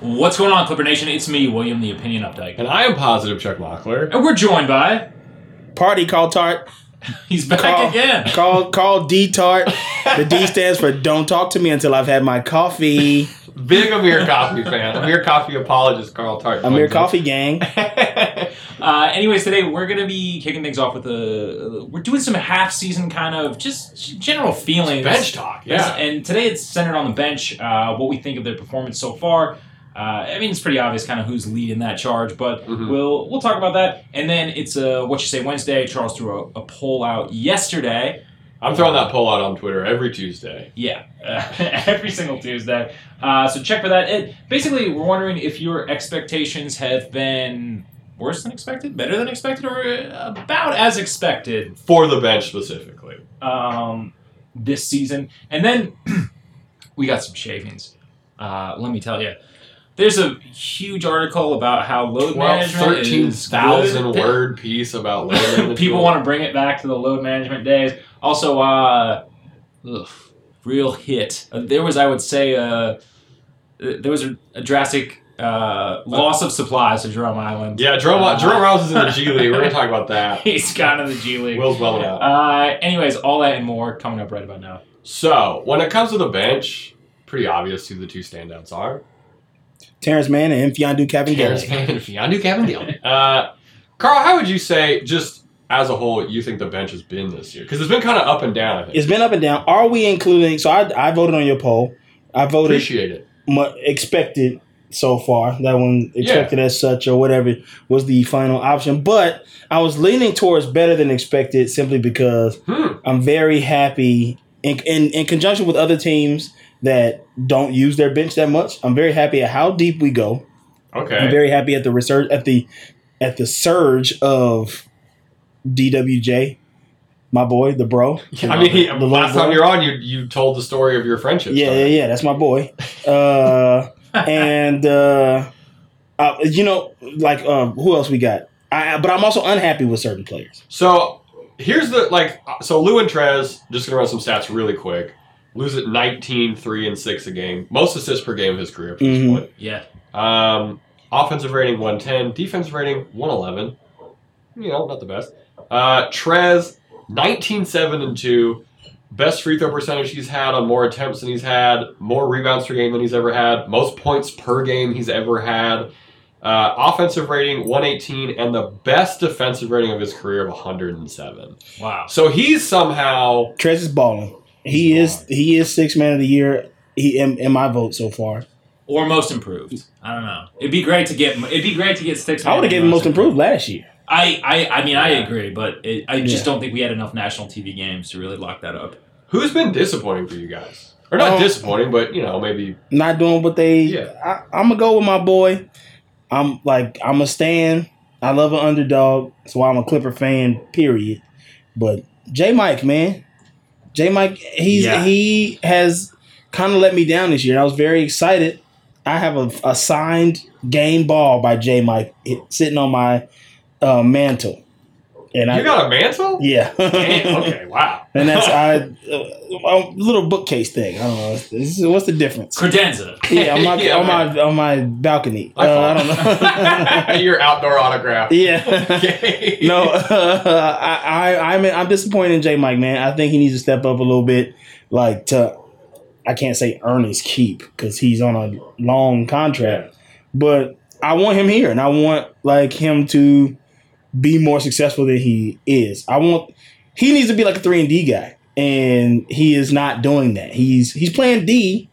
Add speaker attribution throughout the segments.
Speaker 1: What's going on, Clipper Nation? It's me, William, the Opinion Updike.
Speaker 2: And I am positive Chuck Mockler.
Speaker 1: And we're joined by.
Speaker 3: Party call tart.
Speaker 1: He's back
Speaker 3: Call,
Speaker 1: again.
Speaker 3: call call D tart. The D stands for don't talk to me until I've had my coffee.
Speaker 2: Big Amir Coffee fan. Amir Coffee apologist Carl Tart.
Speaker 3: Amir Coffee Gang.
Speaker 1: Uh, anyways, today we're going to be kicking things off with a. We're doing some half season kind of just general feelings.
Speaker 2: Bench talk, yeah.
Speaker 1: And today it's centered on the bench, uh, what we think of their performance so far. Uh, I mean, it's pretty obvious kind of who's leading that charge, but
Speaker 2: Mhm.
Speaker 1: we'll we'll talk about that. And then it's uh, what you say Wednesday. Charles threw a, a poll out yesterday.
Speaker 2: I'm throwing that poll out on Twitter every Tuesday.
Speaker 1: Yeah, uh, every single Tuesday. Uh, so check for that. It, basically, we're wondering if your expectations have been worse than expected, better than expected, or uh, about as expected
Speaker 2: For the bench specifically.
Speaker 1: um, this season. And then we got some shavings. Uh, let me tell you. There's a huge article about how load
Speaker 2: 12,
Speaker 1: management is good.
Speaker 2: 13,000 word piece about load management.
Speaker 1: People want to bring it back to the load management days. Also, uh, ugh, real hit. Uh, There was, I would say, uh, th- there was a, a drastic uh, loss of supplies to Jerome Island.
Speaker 2: Yeah, Jerome,
Speaker 1: Uh,
Speaker 2: Jerome Rouse is in the G League. We're going to talk about that.
Speaker 1: He's gone to the G League.
Speaker 2: Will's well enough.
Speaker 1: Uh, anyways, all that and more coming up right about now.
Speaker 2: So, when it comes to the bench, pretty obvious who the two standouts are.
Speaker 3: Terrence Mann and Mfiandu Kevin
Speaker 2: Terrence
Speaker 3: Gillis.
Speaker 2: Mann and Fiondu Cavendale. Uh, Carl, how would you say, just as a whole, you think the bench has been this year? Because it's been kind of up and down, I think.
Speaker 3: It's been up and down. Are we including? So I, I voted on your poll. I voted
Speaker 2: Appreciate it.
Speaker 3: mu expected so far. That one expected as such or whatever was the final option. But I was leaning towards better than expected simply because
Speaker 2: Hmm.
Speaker 3: I'm very happy in, in in conjunction with other teams that don't use their bench that much. I'm very happy at how deep we go. I'm
Speaker 2: Okay.
Speaker 3: very happy at the research at the at the surge of DWJ, my boy, the bro.
Speaker 2: I mean, he,
Speaker 3: The little
Speaker 2: last time
Speaker 3: boy.
Speaker 2: you're on, you you told the story of your friendship.
Speaker 3: Yeah, yeah,
Speaker 2: story.
Speaker 3: yeah. That's my boy. Uh, and uh, uh, you know, like um, who else we got? I, I- but I'm also unhappy with certain players.
Speaker 2: So here's the like. uh, So Lou and Trez, just gonna run some stats really quick. Lou's at 19, 3, and 6 a game. Most assists per game of his career. At this
Speaker 3: Mhm.
Speaker 2: point.
Speaker 1: Yeah.
Speaker 2: Um, offensive rating 110, defensive rating 111. You know, not the best. Uh, Trez 19, 7, and 2. Best free throw percentage he's had on more attempts than he's had, more rebounds per game than he's ever had, most points per game he's ever had. Uh, offensive rating 118 and the best defensive rating of his career of 107.
Speaker 1: Wow.
Speaker 2: So he's somehow
Speaker 3: Trez is balling. He
Speaker 2: He's
Speaker 3: is he is six man of the year. He in, in my vote so far.
Speaker 1: Or most improved. I don't know. It'd be great to get. It'd be great to get sticks.
Speaker 3: I would have given most improved last year.
Speaker 1: I, I, I mean, I
Speaker 2: Yeah.
Speaker 1: agree, but it, I just
Speaker 3: Yeah.
Speaker 1: don't think we had enough national TV games to really lock that up.
Speaker 2: who's been disappointing for you guys, or not
Speaker 3: Um,
Speaker 2: disappointing, but you know maybe
Speaker 3: Not doing what they.
Speaker 2: Yeah.
Speaker 3: I, I'm gonna go with my boy. I'm like I'm a stand. I love an underdog. That's why I'm a Clipper fan. Period. But J Mike, man, J Mike, he's
Speaker 1: Yeah.
Speaker 3: he has kind of let me down this year. I was very excited. I have a, a signed game ball by J Mike it- sitting on my uh, mantle, and I
Speaker 2: you got a mantle.
Speaker 3: yeah.
Speaker 2: Damn, okay, wow.
Speaker 3: And that's I, uh, a little bookcase thing. I don't know. This is- What's the difference?
Speaker 1: Credenza.
Speaker 3: Yeah, on my
Speaker 2: Yeah,
Speaker 3: on my on my balcony.
Speaker 2: I
Speaker 3: I, uh, I
Speaker 2: follow.
Speaker 3: don't know.
Speaker 2: Your outdoor autograph.
Speaker 3: yeah.
Speaker 2: Okay.
Speaker 3: No, uh, I, I I'm I'm disappointed in J Mike, man. I think he needs to step up a little bit, like to I can't say earn his keep because he's on a long contract, but I want him here and I want like him to be more successful than he is. I want he needs to be like a three and D guy, and he is not doing that. He's he's playing D.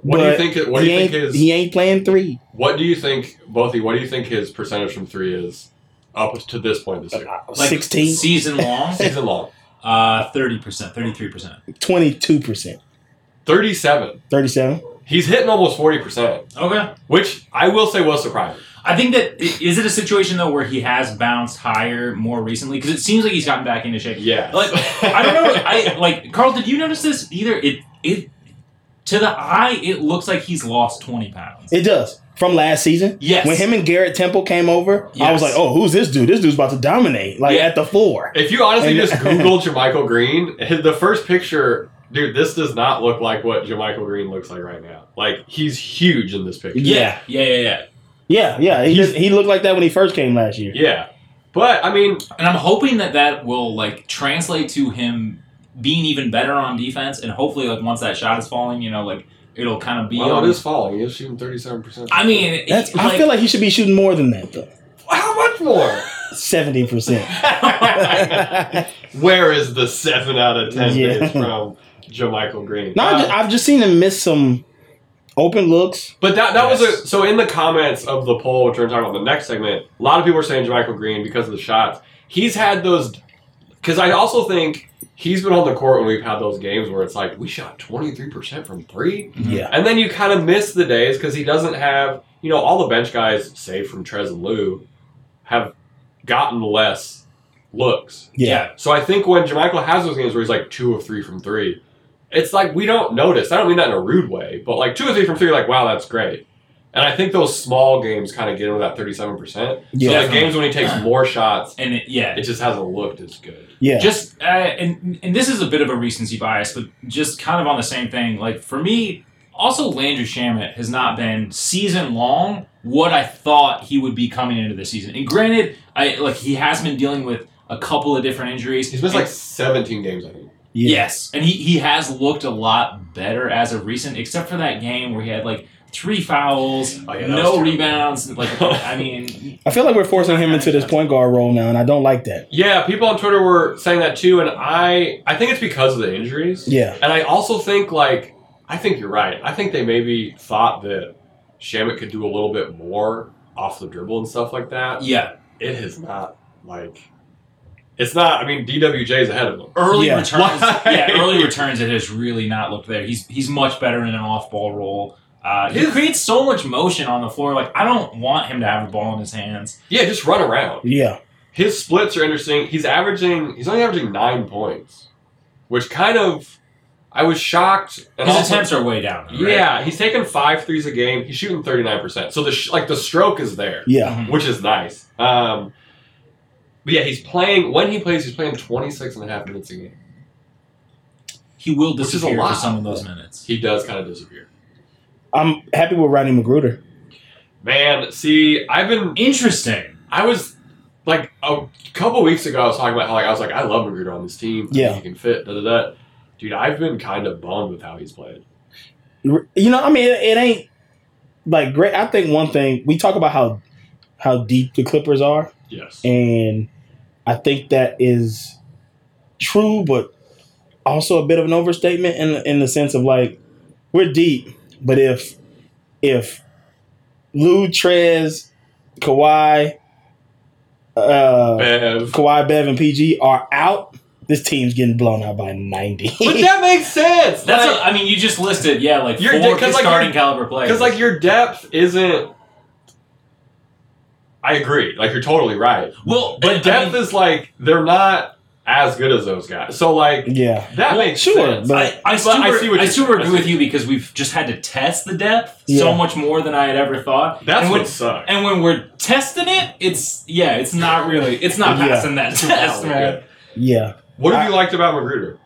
Speaker 2: What do you
Speaker 3: but
Speaker 2: think? What do
Speaker 3: he
Speaker 2: you
Speaker 3: ain't,
Speaker 2: think his?
Speaker 3: he ain't playing three.
Speaker 2: What do you think, Bothy? What do you think his percentage from three is up to this point this year?
Speaker 1: Like,
Speaker 3: 16,
Speaker 1: Season long,
Speaker 2: Season long,
Speaker 1: uh, 30%, 33%.
Speaker 3: 22%,
Speaker 2: thirty-seven.
Speaker 3: 37.
Speaker 2: He's hitting almost forty percent,
Speaker 1: Okay.
Speaker 2: which I will say was surprising.
Speaker 1: I think that, i- is it a situation, though, where he has bounced higher more recently? Because it seems like he's gotten back into shape.
Speaker 2: Yeah,
Speaker 1: Like, I don't know. I Like, Carl, did you notice this either? It, it, to the eye, it looks like he's lost 20 pounds.
Speaker 3: It does. From last season.
Speaker 1: Yes.
Speaker 3: When him and Garrett Temple came over, I was
Speaker 1: Yes.
Speaker 3: like, oh, who's this dude? This dude's about to dominate, like
Speaker 1: Yeah.
Speaker 3: at the four.
Speaker 2: If you honestly
Speaker 3: And-
Speaker 2: just Googled Jermichael Green, his- the first picture dude, this does not look like what Jermichael Green looks like right now. Like he's huge in this picture.
Speaker 1: Yeah, yeah, yeah, yeah.
Speaker 3: Yeah, yeah. He,
Speaker 2: He's-
Speaker 3: he looked like that when he first came last year.
Speaker 2: Yeah, but I mean,
Speaker 1: And I'm hoping that that will like translate to him being even better on defense, and hopefully, like once that shot is falling, you know, like it'll kind of be.
Speaker 2: well,
Speaker 1: on,
Speaker 2: it is falling. He is shooting thirty-seven percent.
Speaker 1: I mean,
Speaker 3: That's,
Speaker 1: it-
Speaker 3: I feel like he should be shooting more than that though.
Speaker 2: how much more?
Speaker 3: Seventy percent. no,
Speaker 2: Where is the seven out of ten
Speaker 3: Yeah.
Speaker 2: days from Jermichael Green?
Speaker 3: I've
Speaker 2: Uh,
Speaker 3: ju- I've just seen him miss some open looks.
Speaker 2: But that, that was
Speaker 1: Yes.
Speaker 2: a so in the comments of the poll, which we're talking about in the next segment, a lot of people are saying Jermichael Green because of the shots. He's had those because I also think he's been on the court when we've had those games where it's like we shot twenty three percent from three,
Speaker 3: Yeah,
Speaker 2: and then you kind of miss the days because he doesn't have you know all the bench guys save from Trez and Lou have gotten less looks.
Speaker 3: yeah,
Speaker 2: So I think when Jermichael has those games where he's like two of three from three, it's like we don't notice. I don't mean that in a rude way, but like two or three from three, like wow, that's great. And I think those small games kind of get him to that thirty-seven percent. So
Speaker 3: yeah,
Speaker 2: the games when he takes more shots,
Speaker 1: and it, yeah,
Speaker 2: it just hasn't looked as good.
Speaker 3: yeah.
Speaker 1: just uh, and and this is a bit of a recency bias, but just kind of on the same thing. Like for me, also Landry Shamit has not been season long what I thought he would be coming into the season. And granted, I like he has been dealing with a couple of different injuries.
Speaker 2: He's missed
Speaker 1: And-
Speaker 2: like seventeen games, I think.
Speaker 3: yeah.
Speaker 1: Yes, and he he has looked a lot better as of recent, except for that game where he had like three fouls,
Speaker 2: Oh, yeah, that was
Speaker 1: no
Speaker 2: terrible.
Speaker 1: rebounds. Like I mean,
Speaker 3: I feel like we're forcing him into this point guard role now, and I don't like that.
Speaker 2: Yeah, people on Twitter were saying that too, and I I think it's because of the injuries.
Speaker 3: Yeah,
Speaker 2: And I also think like I think you're right. I think they maybe thought that Shamit could do a little bit more off the dribble and stuff like that.
Speaker 1: yeah,
Speaker 2: it is not like it's not. I mean, DWJ is ahead of them.
Speaker 1: early
Speaker 3: Yeah.
Speaker 1: returns.
Speaker 2: Why?
Speaker 1: Yeah, early returns. It has really not looked there. He's he's much better in an off ball role. Uh, he
Speaker 2: His-
Speaker 1: creates so much motion on the floor. Like I don't want him to have a ball in his hands.
Speaker 2: Yeah, just run around.
Speaker 3: yeah,
Speaker 2: His splits are interesting. He's averaging. He's only averaging nine points, which kind of I was shocked. And
Speaker 1: His
Speaker 2: also-
Speaker 1: attempts are way down. though, right?
Speaker 2: Yeah, he's taking five threes a game. He's shooting thirty nine percent. So the sh- like the stroke is there,
Speaker 3: yeah,
Speaker 1: Mhm.
Speaker 2: which is nice. Um, but yeah, he's playing when he plays. He's playing 26 and a half minutes a game.
Speaker 1: He will
Speaker 2: Which is a
Speaker 1: disappear for
Speaker 2: lot.
Speaker 1: some of those minutes.
Speaker 2: He does kind of disappear.
Speaker 3: I'm happy with Rodney Magruder.
Speaker 2: Man, see, I've been
Speaker 1: Interesting.
Speaker 2: I was like a couple weeks ago. I was talking about how like I was like I love Magruder on this team. I think
Speaker 3: Yeah.
Speaker 2: he can fit. Da da da. Dude, I've been kind of bummed with how he's played.
Speaker 3: You know, I mean, it, it ain't like great. I think one thing we talk about how how deep the Clippers are,
Speaker 2: Yes.
Speaker 3: and I think that is true, but also a bit of an overstatement in in the sense of like we're deep, but if if Lou Trez, Kawhi, uh,
Speaker 2: Bev.
Speaker 3: Kawhi, Bev, and PG are out, this team's getting blown out by ninety.
Speaker 2: But that makes sense.
Speaker 1: That's.
Speaker 2: like,
Speaker 1: a, I mean, you just listed. Yeah, like
Speaker 2: You're-
Speaker 1: four
Speaker 2: 'cause, like,
Speaker 1: starting
Speaker 2: you're-
Speaker 1: caliber players.
Speaker 2: because like your depth isn't. I agree. Like you're totally right.
Speaker 1: well,
Speaker 2: But depth is like they're not as good as those guys. So like
Speaker 3: yeah,
Speaker 2: that
Speaker 1: Well,
Speaker 2: makes
Speaker 3: sure,
Speaker 2: sense.
Speaker 3: but-
Speaker 1: I, I,
Speaker 2: But
Speaker 1: super,
Speaker 2: I see what
Speaker 1: I
Speaker 2: you're-
Speaker 1: super
Speaker 2: I
Speaker 1: agree
Speaker 2: see-
Speaker 1: with you because we've just had to test the depth so
Speaker 3: Yeah.
Speaker 1: much more than I had ever thought.
Speaker 2: That's
Speaker 1: and
Speaker 2: what
Speaker 1: when,
Speaker 2: sucks.
Speaker 1: and when we're testing it, it's yeah, it's not really, it's not
Speaker 3: Yeah.
Speaker 1: passing that test, man.
Speaker 3: yeah.
Speaker 2: What have you liked about Magruder?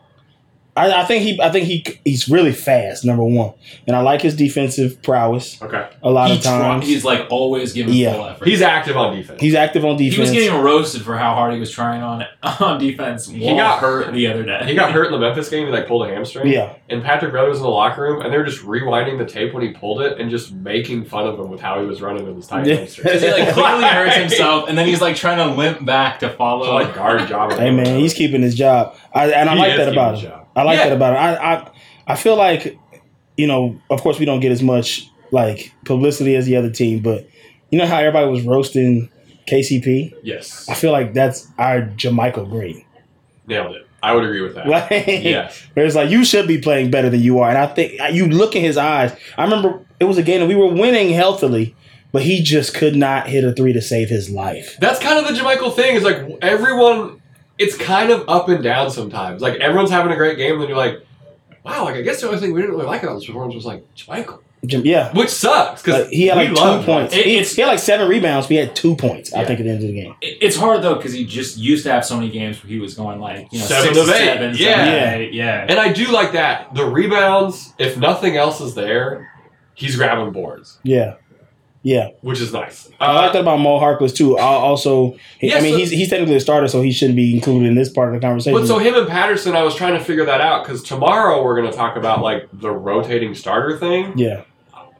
Speaker 3: I, I think he I think he he's really fast, number one. And I like his defensive prowess
Speaker 2: Okay,
Speaker 3: a lot
Speaker 1: He
Speaker 3: of
Speaker 1: try-
Speaker 3: times.
Speaker 1: he's like always giving
Speaker 3: Yeah.
Speaker 1: full effort.
Speaker 2: he's active on defense.
Speaker 3: he's active on
Speaker 1: he was
Speaker 3: defense.
Speaker 1: getting roasted for how hard he was trying on on defense.
Speaker 2: He
Speaker 1: while
Speaker 2: got-
Speaker 1: hurt the other day.
Speaker 2: he got hurt in the Memphis game. He like pulled a hamstring.
Speaker 3: yeah.
Speaker 2: And Patrick Beverly was in the locker room, and they were just rewinding the tape when he pulled it and just making fun of him with how he was running with his tight
Speaker 3: Yeah.
Speaker 2: hamstring.
Speaker 1: 'Cause he like clearly hurts himself, and then he's like trying to limp back to follow.
Speaker 2: So, like guard job.
Speaker 3: Hey man, he's keeping his job. I, and I like that about him. I like
Speaker 2: Yeah.
Speaker 3: that about him. I, I I feel like, you know, of course we don't get as much like publicity as the other team, but you know how everybody was roasting KCP?
Speaker 2: Yes,
Speaker 3: I feel like that's our Jamichael Green.
Speaker 2: nailed it. I would agree with that.
Speaker 3: Like,
Speaker 2: Yes,
Speaker 3: Where it's like you should be playing better than you are, and I think you look in his eyes. I remember it was a game that we were winning healthily, but he just could not hit a three to save his life.
Speaker 2: that's kind of the Jamichael thing. Is like everyone, it's kind of up and down sometimes. Like everyone's having a great game, and then you're like, wow. Like I guess the only thing we didn't really like about this performance was like Jamichael.
Speaker 3: Jim- yeah.
Speaker 2: which sucks because
Speaker 3: Like, he had like two points.
Speaker 1: It-
Speaker 3: he,
Speaker 1: it's-
Speaker 3: he had like seven rebounds. But he had two points. I
Speaker 2: Yeah.
Speaker 3: think at the end of the game.
Speaker 1: It- It's hard though because he just used to have so many games where he was going like you know
Speaker 2: Seven
Speaker 1: six
Speaker 2: of
Speaker 1: to
Speaker 2: eight.
Speaker 1: seven,
Speaker 2: Yeah.
Speaker 1: seven to eight, yeah.
Speaker 2: And I do like that. The rebounds, if nothing else is there, he's grabbing boards,
Speaker 3: Yeah, yeah.
Speaker 2: which is nice.
Speaker 3: I like
Speaker 2: Uh,
Speaker 3: that about Mo Harkless too. I also, I
Speaker 2: Yes,
Speaker 3: mean,
Speaker 2: but-
Speaker 3: he's he's technically a starter, so he shouldn't be included in this part of the conversation.
Speaker 2: Uh, but so him and Patterson, I was trying to figure that out because tomorrow we're going to talk about like the rotating starter thing.
Speaker 3: yeah,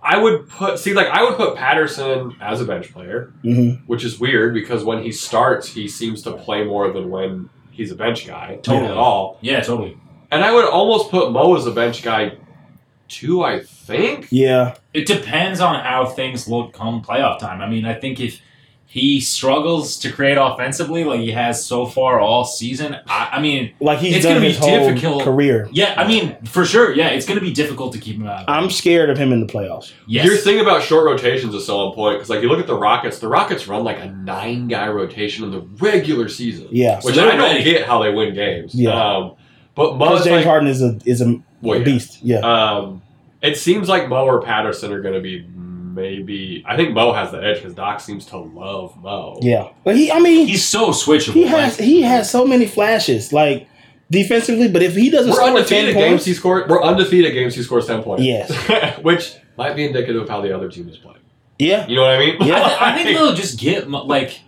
Speaker 2: I would put see like I would put Patterson as a bench player,
Speaker 3: hmm
Speaker 2: which is weird because when he starts, he seems to play more than when he's a bench guy.
Speaker 1: Totally.
Speaker 2: At all.
Speaker 1: Yeah, totally.
Speaker 2: And I would almost put Mo as a bench guy too, I think.
Speaker 3: yeah,
Speaker 1: It depends on how things look come playoff time. I mean, I think if he struggles to create offensively like he has so far all season, I, I mean,
Speaker 3: like he's
Speaker 1: It's
Speaker 3: done
Speaker 1: gonna
Speaker 3: his
Speaker 1: be
Speaker 3: whole
Speaker 1: difficult.
Speaker 3: career.
Speaker 1: yeah, I mean for sure, yeah, it's going to be difficult to keep him out.
Speaker 3: I'm scared of him in the playoffs.
Speaker 1: yes,
Speaker 2: Your thing about short rotations is so on point because, like, you look at the Rockets. The Rockets run like a nine-guy rotation in the regular season,
Speaker 3: Yeah,
Speaker 2: which
Speaker 1: So they're
Speaker 2: I don't
Speaker 1: ready.
Speaker 2: get how they win games.
Speaker 3: Yeah.
Speaker 2: Um, but
Speaker 3: because
Speaker 2: Mo's
Speaker 3: James
Speaker 2: like,
Speaker 3: Harden is a is a,
Speaker 2: well,
Speaker 3: a
Speaker 2: yeah.
Speaker 3: beast. Yeah,
Speaker 2: Um, it seems like Mo or Patterson are going to be maybe. I think Mo has the edge because Doc seems to love Mo.
Speaker 3: yeah. But he, I mean,
Speaker 1: he's so switchable.
Speaker 3: he has
Speaker 1: like-
Speaker 3: he has so many flashes, like defensively. But if he doesn't
Speaker 2: We're
Speaker 3: score
Speaker 2: undefeated
Speaker 3: ten
Speaker 2: at games
Speaker 3: points,
Speaker 2: he scores. We're undefeated at games he scores ten points.
Speaker 3: Yes.
Speaker 2: which might be indicative of how the other team is playing.
Speaker 3: yeah,
Speaker 2: You know what I mean?
Speaker 3: Yeah.
Speaker 1: I, I think they'll just get mo- like.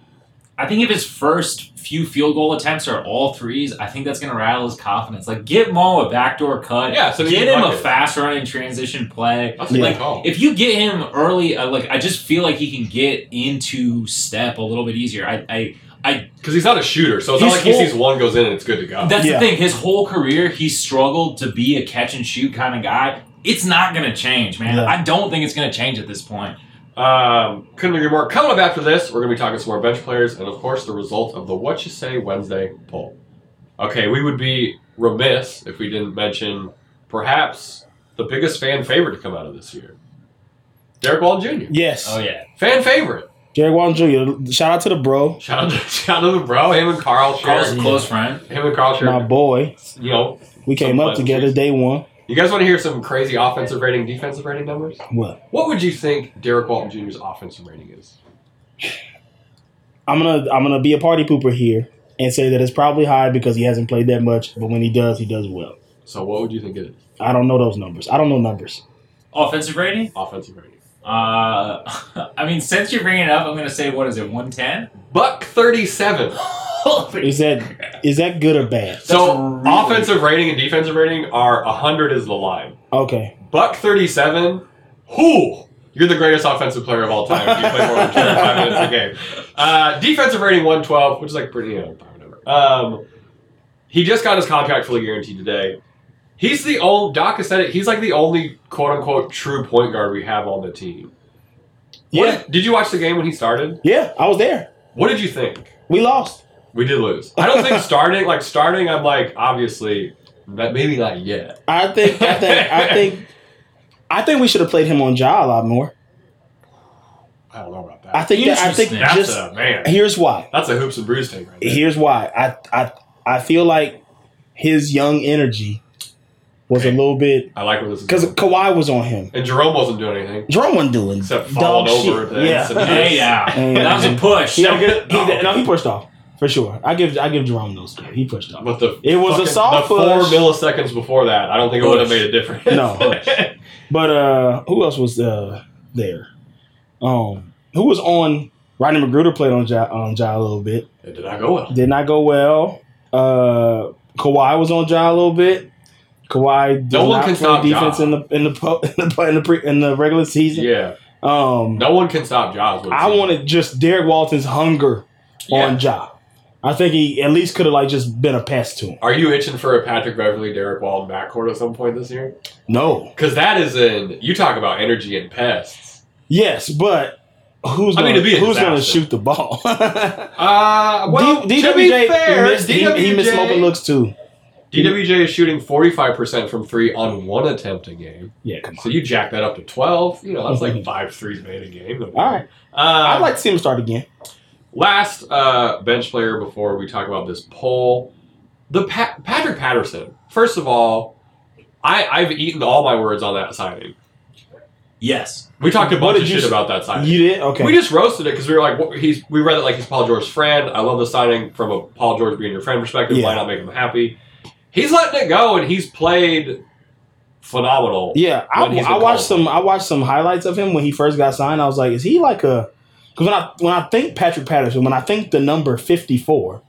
Speaker 1: I think if his first few field goal attempts are all threes, I think that's going to rattle his confidence. Like, get Mo a backdoor cut.
Speaker 2: Yeah, so he
Speaker 1: get
Speaker 2: can
Speaker 1: him a
Speaker 2: bucket.
Speaker 1: fast running transition play.
Speaker 2: That's a good
Speaker 1: Like,
Speaker 2: call.
Speaker 1: If you get him early, uh, like I just feel like he can get into step a little bit easier. I, I
Speaker 2: Because he's not a shooter, so it's not
Speaker 1: He's
Speaker 2: like he
Speaker 1: full-
Speaker 2: sees one goes in and it's good to go.
Speaker 1: that's
Speaker 3: Uh,
Speaker 1: the
Speaker 3: Yeah.
Speaker 1: thing. His whole career, he struggled to be a catch and shoot kind of guy. It's not going to change, man.
Speaker 3: Yeah.
Speaker 1: I don't think it's going to change at this point.
Speaker 2: Um, couldn't agree more. Coming up after this, we're going to be talking some more bench players and, of course, the result of the What You Say Wednesday poll. Okay, we would be remiss if we didn't mention perhaps the biggest fan favorite to come out of this year Derek Walton Jr.
Speaker 3: yes.
Speaker 1: Oh yeah,
Speaker 2: Fan favorite.
Speaker 3: Jared Walton Jr. Shout out to the bro,
Speaker 2: Shout out, to, shout out to the bro, him and Carl.
Speaker 1: Carl's
Speaker 2: Share,
Speaker 1: a close friend.
Speaker 2: him and Carl.
Speaker 3: my
Speaker 2: Share,
Speaker 3: boy.
Speaker 2: you know,
Speaker 3: We came
Speaker 2: Some
Speaker 3: up together
Speaker 2: pleasantries.
Speaker 3: day one.
Speaker 2: you guys want to hear some crazy offensive rating, defensive rating numbers?
Speaker 3: What?
Speaker 2: What would you think Derek Walton Jr.'s offensive rating is?
Speaker 3: I'm gonna I'm gonna be a party pooper here and say that it's probably high because he hasn't played that much, but when he does, he does well.
Speaker 2: So, what would you think it is?
Speaker 3: I don't know those numbers. I don't know numbers.
Speaker 1: Offensive rating.
Speaker 2: Offensive rating.
Speaker 1: Uh, I mean, since you're bringing it up, I'm gonna say what is it, 110?
Speaker 2: Buck 37.
Speaker 3: Is that is that good or bad?
Speaker 2: So
Speaker 1: That's really-
Speaker 2: offensive rating and defensive rating are 100 is the line.
Speaker 3: Okay.
Speaker 2: Buck 37. Who? You're the greatest offensive player of all time. if You play more than 25 minutes a game. Uh, defensive rating 112, which is like pretty, you know, power number. Um, he just got his contract fully guaranteed today. He's the only, Doc has said it, he's like the only quote unquote true point guard we have on the team. What
Speaker 3: Yeah.
Speaker 2: did- did you watch the game when he started?
Speaker 3: Yeah, I was there.
Speaker 2: What did you think?
Speaker 3: We lost.
Speaker 2: We did lose. I don't think starting like starting. I'm like obviously, but maybe not yet.
Speaker 3: I think I think I think I think we should have played him on Ja a lot more.
Speaker 2: I don't know about that.
Speaker 3: I think that, I think
Speaker 1: Interesting.
Speaker 2: that's
Speaker 3: just
Speaker 2: a man.
Speaker 3: here's why.
Speaker 2: That's a hoops and brews thing right there.
Speaker 3: Here's why. I I I feel like his young energy was a little bit
Speaker 2: I like where this is
Speaker 3: because
Speaker 2: going.
Speaker 3: Kawhi was on him.
Speaker 2: And Jerome wasn't doing anything
Speaker 3: Jerome wasn't doing
Speaker 2: except
Speaker 3: dog
Speaker 2: falling over.
Speaker 3: shit.
Speaker 2: to
Speaker 3: Yeah.
Speaker 1: Hey, yeah,
Speaker 3: And-
Speaker 1: that was a push.
Speaker 3: He, he, no, he pushed off for sure. I give I give Jerome those. credit. He pushed off.
Speaker 2: But the
Speaker 3: It was a
Speaker 2: fucking- the
Speaker 3: soft
Speaker 2: four
Speaker 3: push.
Speaker 2: milliseconds before that, I don't think it would have
Speaker 1: Push.
Speaker 2: made a difference.
Speaker 3: No. But uh, who else was uh there? Um, who was on? Rodney Magruder played on Ja, on ja a little bit.
Speaker 2: it did not go well.
Speaker 3: Did not go well. Uh, Kawhi was on Ja a little bit. Kawhi did
Speaker 2: No one
Speaker 3: not
Speaker 2: can
Speaker 3: play
Speaker 2: stop Ja.
Speaker 3: defense in the in the po- in the, in the, pre, in the regular season.
Speaker 2: Yeah,
Speaker 3: Um,
Speaker 2: no one can stop Jaws.
Speaker 3: I wanted just Derek Walton's hunger on Ja. I think he at least could have like just been a pass to him.
Speaker 2: Are you itching for a Patrick Beverly, Derek Wall backcourt at some point this year?
Speaker 3: No,
Speaker 2: Because that is in you talk about energy and pests.
Speaker 3: Yes, but who's
Speaker 2: I
Speaker 3: going
Speaker 2: mean, it'd be a
Speaker 3: who's going to
Speaker 2: disaster.
Speaker 3: shoot the ball?
Speaker 2: Uh, well,
Speaker 3: D-
Speaker 2: to be
Speaker 3: DWJ
Speaker 2: fair,
Speaker 3: he missed, he-
Speaker 2: DWJ,
Speaker 3: he missed open looks too.
Speaker 2: DWJ is shooting 45% from three on one attempt a game.
Speaker 3: Yeah, come on.
Speaker 2: So you jack that up to 12. You know, that's like
Speaker 3: Mhm.
Speaker 2: five threes made a game. Uh, All
Speaker 3: right. I'd like to see him start again.
Speaker 2: last uh, bench player before we talk about this poll. The pa- Patrick Patterson. First of all, I, I've eaten all my words on that signing.
Speaker 1: Yes.
Speaker 2: We talked a
Speaker 3: What
Speaker 2: bunch
Speaker 3: did
Speaker 2: of
Speaker 3: you
Speaker 2: shit
Speaker 3: s-
Speaker 2: about that signing.
Speaker 3: You did okay.
Speaker 2: We just roasted it because we were like, what, he's. We read it like he's Paul George's friend. I love the signing from a Paul George being your friend perspective. Why
Speaker 3: Yeah.
Speaker 2: not make him happy? He's letting it go, and he's played phenomenal.
Speaker 3: Yeah, I,
Speaker 2: when he's
Speaker 3: I
Speaker 2: been
Speaker 3: watched
Speaker 2: called.
Speaker 3: some. I watched some highlights of him when he first got signed. I was like, is he like a? Because when I when I think Patrick Patterson, when I think the number fifty four,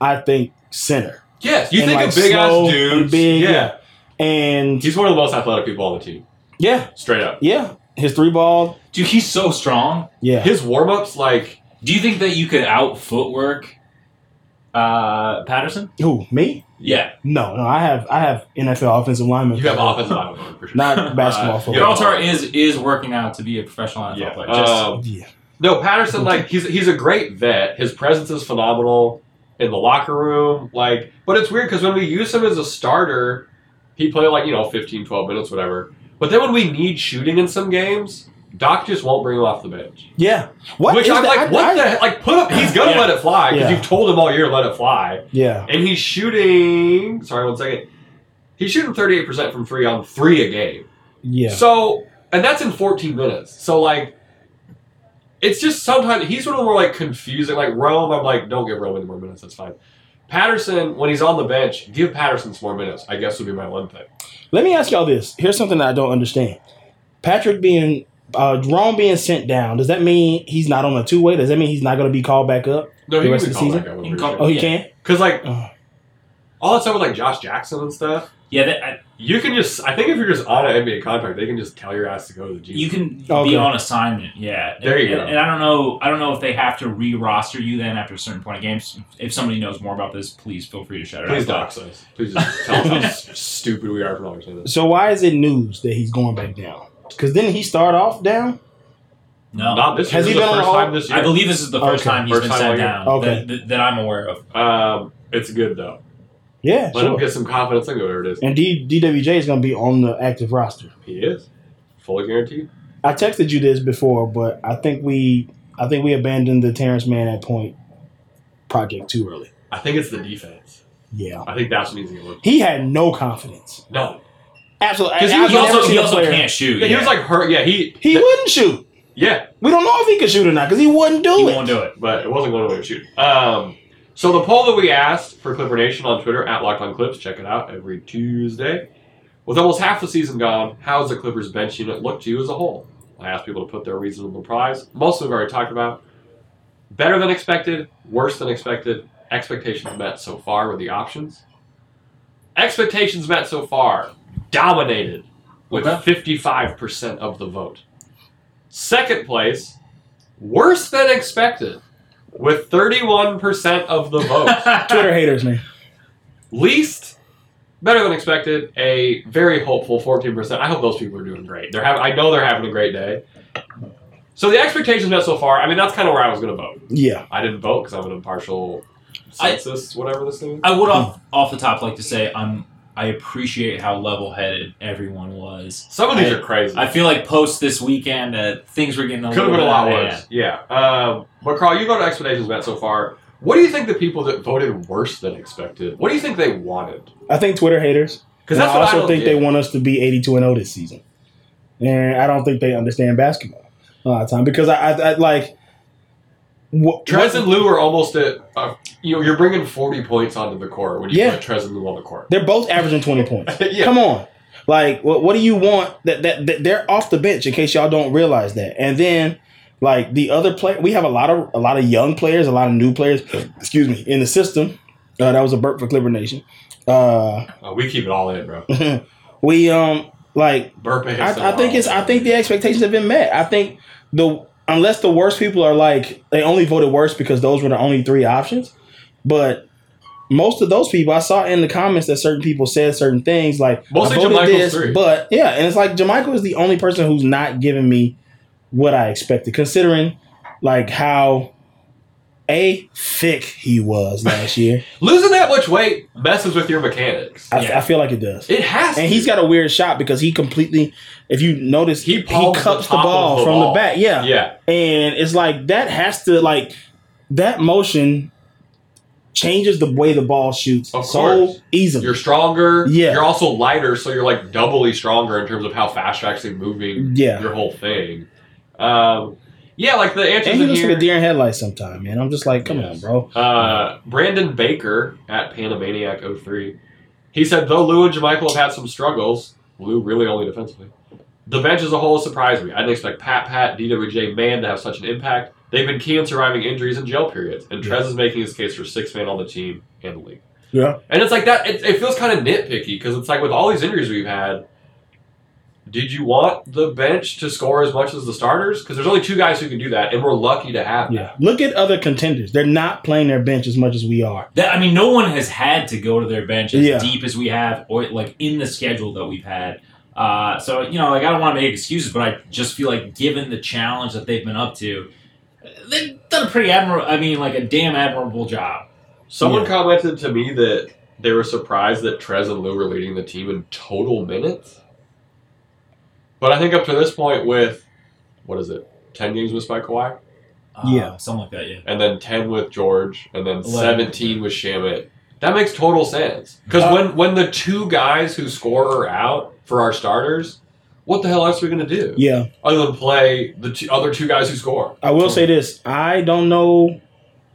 Speaker 3: I think center.
Speaker 2: Yes, you
Speaker 3: And,
Speaker 2: think
Speaker 3: like,
Speaker 2: of big
Speaker 3: slow
Speaker 2: ass
Speaker 3: and
Speaker 2: dudes.
Speaker 3: big,
Speaker 2: yeah.
Speaker 3: yeah. And
Speaker 2: he's one of the most athletic people on the team.
Speaker 3: yeah,
Speaker 2: Straight up,
Speaker 3: yeah, his three ball.
Speaker 1: Dude, he's so strong.
Speaker 3: Yeah,
Speaker 2: his warm ups like
Speaker 1: Do you think that you could out footwork uh, Patterson?
Speaker 3: who me?
Speaker 1: Yeah.
Speaker 3: No, no, I have I have NFL offensive linemen.
Speaker 2: you have offensive linemen for sure.
Speaker 3: not basketball
Speaker 2: Uh,
Speaker 3: football.
Speaker 2: yeah.
Speaker 1: Gibraltar is is working out to be a professional NFL
Speaker 2: Yeah.
Speaker 1: player. Just-
Speaker 2: Um,
Speaker 3: Yeah,
Speaker 2: No, Patterson, like he's he's a great vet. His presence is phenomenal in the locker room. Like, but it's weird because when we use him as a starter, he played like you know 15, 12 minutes, whatever. But then when we need shooting in some games, Doc just won't bring him off the bench.
Speaker 3: yeah. What
Speaker 2: Which
Speaker 3: is
Speaker 2: I'm
Speaker 3: that?
Speaker 2: like,
Speaker 3: I-
Speaker 2: what
Speaker 3: I-
Speaker 2: the heck? like? Put up. He's gonna
Speaker 1: Yeah.
Speaker 2: let it fly because
Speaker 3: Yeah.
Speaker 2: you've told him all year let it fly,
Speaker 3: Yeah,
Speaker 2: and he's shooting. Sorry, one second. He's shooting 38 percent from three on three a game.
Speaker 3: yeah,
Speaker 2: So, and that's in 14 minutes. So, like, it's just sometimes he's sort of more like confusing. Like Rome, I'm like, don't give Rome any more minutes. That's fine. Patterson, when he's on the bench, give Patterson some more minutes. I guess would be my one thing.
Speaker 3: Let me ask y'all this. Here's something that I don't understand. Patrick being uh Jerome being sent down, does that mean he's not on a two way? Does that mean he's not gonna be called back up?
Speaker 2: No,
Speaker 3: The
Speaker 2: he
Speaker 3: rest
Speaker 2: can
Speaker 3: of
Speaker 2: call
Speaker 3: the
Speaker 2: that guy.
Speaker 1: He can call-
Speaker 3: Oh he
Speaker 1: Yeah.
Speaker 3: can?
Speaker 2: Because like
Speaker 3: Ugh.
Speaker 2: all that stuff with like Josh Jackson and stuff,
Speaker 1: yeah, that, I,
Speaker 2: you can just. I think if you're just on an NBA contract, they can just tell your ass to go to the G.
Speaker 1: you can
Speaker 3: Okay.
Speaker 1: be on assignment. Yeah.
Speaker 2: There you
Speaker 1: and,
Speaker 2: go.
Speaker 1: And I don't know. I don't know if they have to re-roster you then after a certain point of games. If somebody knows more about this, please feel free to shout it out.
Speaker 2: Please dox us. Please just tell us how s- stupid we are for not understanding this.
Speaker 3: So why is it news that he's going back down? Because didn't he start off down?
Speaker 1: No.
Speaker 2: Not this.
Speaker 3: Has
Speaker 2: year.
Speaker 3: he
Speaker 2: This is
Speaker 3: been
Speaker 2: the
Speaker 3: on
Speaker 2: first
Speaker 3: all-
Speaker 2: time this year?
Speaker 1: I believe this is the first
Speaker 3: Okay.
Speaker 1: time he's
Speaker 2: First
Speaker 1: been
Speaker 2: time
Speaker 1: sent
Speaker 2: all year.
Speaker 1: down
Speaker 3: Okay.
Speaker 1: that- that, that I'm aware of.
Speaker 2: Um, it's good though.
Speaker 3: Yeah.
Speaker 2: Let him
Speaker 3: Sure.
Speaker 2: get some confidence and whatever it is.
Speaker 3: And D DWJ is gonna be on the active roster.
Speaker 2: He is. Fully guaranteed.
Speaker 3: I texted you this before, but I think we I think we abandoned the Terrence Man at point project too early.
Speaker 2: I think it's the defense.
Speaker 3: Yeah.
Speaker 2: I think that's what needs to get worked.
Speaker 3: He had no confidence.
Speaker 2: No.
Speaker 3: Absolutely.
Speaker 2: 'Cause he
Speaker 3: I've
Speaker 2: was
Speaker 1: He
Speaker 3: never
Speaker 1: also,
Speaker 3: seen
Speaker 1: he
Speaker 3: a
Speaker 1: also
Speaker 3: player-
Speaker 1: can't shoot.
Speaker 2: Yeah, he was like hurt. Yeah, he.
Speaker 3: He wouldn't shoot.
Speaker 2: yeah,
Speaker 3: We don't know if he could shoot or not because he wouldn't do
Speaker 1: he
Speaker 3: it.
Speaker 1: won't do it.
Speaker 2: but it wasn't going away to shoot. Um, so the poll that we asked for Clipper Nation on Twitter at Locked On Clips, check it out every Tuesday. With almost half the season gone, how's the Clippers bench unit look to you as a whole? I asked people to put their reasonable prize. Most of we've already talked about. Better than expected, worse than expected, expectations met so far were the options. Expectations met so far dominated with
Speaker 1: Okay.
Speaker 2: 55% of the vote. Second place, worse than expected with 31% of the vote.
Speaker 3: Twitter haters, man.
Speaker 2: Least better than expected, a very hopeful 14%. I hope those people are doing great. They're having I know they're having a great day. So the expectations met so far, I mean that's kind of where I was going to vote.
Speaker 3: Yeah.
Speaker 2: I didn't vote because I'm an impartial
Speaker 1: I-
Speaker 2: census, whatever this thing is.
Speaker 1: I would
Speaker 2: Hmm.
Speaker 1: off off the top like to say I'm I appreciate how level headed everyone was.
Speaker 2: Some of these
Speaker 1: I-
Speaker 2: are crazy.
Speaker 1: I feel like post this weekend uh, things were getting a
Speaker 2: Could have
Speaker 1: little
Speaker 2: been a
Speaker 1: bit
Speaker 2: lot
Speaker 1: out of
Speaker 2: worse.
Speaker 1: hand.
Speaker 2: Yeah. Um, but Carl, you go to explanations met so far. What do you think the people that voted worse than expected? What do you think they wanted?
Speaker 3: I think Twitter haters.
Speaker 2: Because
Speaker 3: And
Speaker 2: that's
Speaker 3: I
Speaker 2: what
Speaker 3: also
Speaker 2: I don't
Speaker 3: think
Speaker 2: get.
Speaker 3: they want us to be 82 and 0 this season. And I don't think they understand basketball a lot of time because I, I, I like. What,
Speaker 2: Trez and Lou are almost at. Uh, you know, you're bringing 40 points onto the court when you
Speaker 3: Yeah.
Speaker 2: put Trez and Lou on the court.
Speaker 3: they're both averaging 20 points.
Speaker 2: yeah.
Speaker 3: Come on. Like, what, what do you want? That, that that they're off the bench in case y'all don't realize that. And then, like the other player, we have a lot of a lot of young players, a lot of new players. Excuse me, in the system. Uh, that was a burp for Clipper Nation. Uh,
Speaker 2: Uh, we keep it all in, bro.
Speaker 3: we um like
Speaker 2: Burp and
Speaker 3: I, I
Speaker 2: Hicks
Speaker 3: think
Speaker 2: and
Speaker 3: it's.
Speaker 2: all.
Speaker 3: I think the expectations have been met. I think the unless the worst people are like they only voted worst because those were the only three options, but most of those people I saw in the comments that certain people said certain things like
Speaker 2: Mostly
Speaker 3: I voted
Speaker 2: Jermichael's
Speaker 3: this,
Speaker 2: three.
Speaker 3: but yeah, and it's like Jamichael is the only person who's not giving me what I expected, considering like how a thick he was last year.
Speaker 2: Losing that much weight messes with your mechanics.
Speaker 3: I,
Speaker 1: Yeah.
Speaker 3: I feel like it does.
Speaker 2: It has
Speaker 3: And
Speaker 2: to.
Speaker 3: he's got a weird shot because he completely, if you notice,
Speaker 2: He
Speaker 3: he,
Speaker 2: palms
Speaker 3: cups
Speaker 2: the
Speaker 3: the,
Speaker 2: top
Speaker 3: ball
Speaker 2: of the
Speaker 3: from
Speaker 2: ball.
Speaker 3: the back. Yeah.
Speaker 2: Yeah.
Speaker 3: And it's like that has to like that motion changes the way the ball shoots
Speaker 2: Of
Speaker 3: so
Speaker 2: course.
Speaker 3: easily.
Speaker 2: You're stronger.
Speaker 3: Yeah.
Speaker 2: You're also lighter, so you're like doubly stronger in terms of how fast you're actually moving
Speaker 3: yeah.
Speaker 2: your whole thing. Um, yeah, like the answers
Speaker 3: and he
Speaker 2: in
Speaker 3: looks
Speaker 2: here.
Speaker 3: like a deer in headlights sometime, man. I'm just like, come
Speaker 2: Yes.
Speaker 3: on, bro.
Speaker 2: Uh, Brandon Baker at Panamaniac 03. He said, though Lou and Jamichael have had some struggles, Lou really only defensively, the bench as a whole surprised me. I didn't expect Pat Pat, DWJ, Man to have such an impact. They've been key in surviving injuries and jail periods, and Trez is making his case for six man on the team and the league.
Speaker 3: Yeah.
Speaker 2: And it's like that, it, it feels kind of nitpicky because it's like with all these injuries we've had, did you want the bench to score as much as the starters? Because there's only two guys who can do that, and we're lucky to have that.
Speaker 3: Yeah. Look at other contenders. They're not playing their bench as much as we are.
Speaker 1: That, I mean, no one has had to go to their bench as
Speaker 3: Yeah.
Speaker 1: deep as we have, or like in the schedule that we've had. Uh, so you know, like I don't want to make excuses, but I just feel like given the challenge that they've been up to, they've done a pretty admirable. I mean, like a damn admirable job.
Speaker 2: Someone
Speaker 3: Yeah.
Speaker 2: commented to me that they were surprised that Trez and Lou were leading the team in total minutes. But I think up to this point, with what is it, ten games missed by Kawhi,
Speaker 1: Uh,
Speaker 3: Yeah.
Speaker 1: something like that. Yeah.
Speaker 2: and then ten with George, and then
Speaker 1: Eleven.
Speaker 2: seventeen with Shamit. That makes total sense because
Speaker 3: Uh,
Speaker 2: when when the two guys who score are out for our starters, what the hell else are we gonna do
Speaker 3: Yeah.
Speaker 2: other than play the two, other two guys who score?
Speaker 3: I will say this. I don't know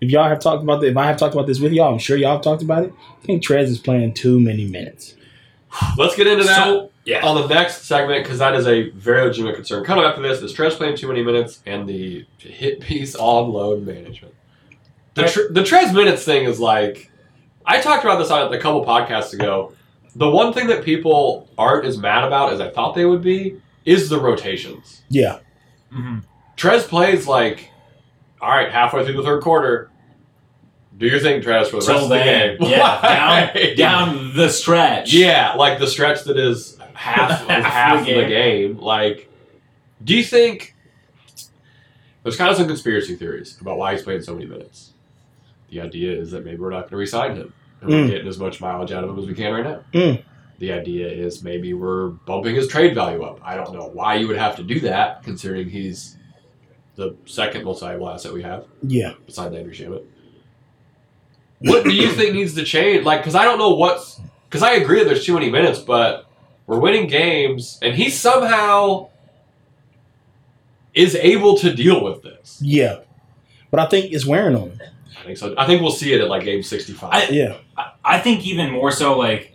Speaker 3: if y'all have talked about this. If I have talked about this with y'all, I'm sure y'all have talked about it. I think Trez is playing too many minutes.
Speaker 2: Let's get into that.
Speaker 1: So yeah.
Speaker 2: on the next segment because that is a very legitimate concern. Coming after this is Trez playing too many minutes and the hit piece on load management. The tr- the Trez minutes thing is like I talked about this on a couple podcasts ago. The one thing that people aren't as mad about as I thought they would be is the rotations.
Speaker 3: Yeah.
Speaker 1: Mhm.
Speaker 2: Trez plays like, all right, halfway through the third quarter, do your thing, Trez, for the rest
Speaker 1: Till
Speaker 2: of the
Speaker 1: then,
Speaker 2: game.
Speaker 1: yeah,
Speaker 2: Like-
Speaker 1: down the stretch.
Speaker 2: yeah, like the stretch that is half of half of the game. Like, do you think there's kind of some conspiracy theories about why he's playing so many minutes? The idea is that maybe we're not going to resign him, and we're
Speaker 3: Mm.
Speaker 2: getting as much mileage out of him as we can right now.
Speaker 3: Mm.
Speaker 2: The idea is maybe we're bumping his trade value up. I don't know why you would have to do that, considering he's the second most valuable asset we have
Speaker 3: Yeah.
Speaker 2: besides Landry Shamit. What do you think needs to change? Like, because I don't know what's. Because I agree that there's too many minutes, but we're winning games, and he somehow is able to deal with this.
Speaker 3: Yeah. But I think it's wearing on him.
Speaker 2: I think so. I think we'll see it at like game 65.
Speaker 1: I-
Speaker 3: Yeah.
Speaker 1: I- I think even more so, like,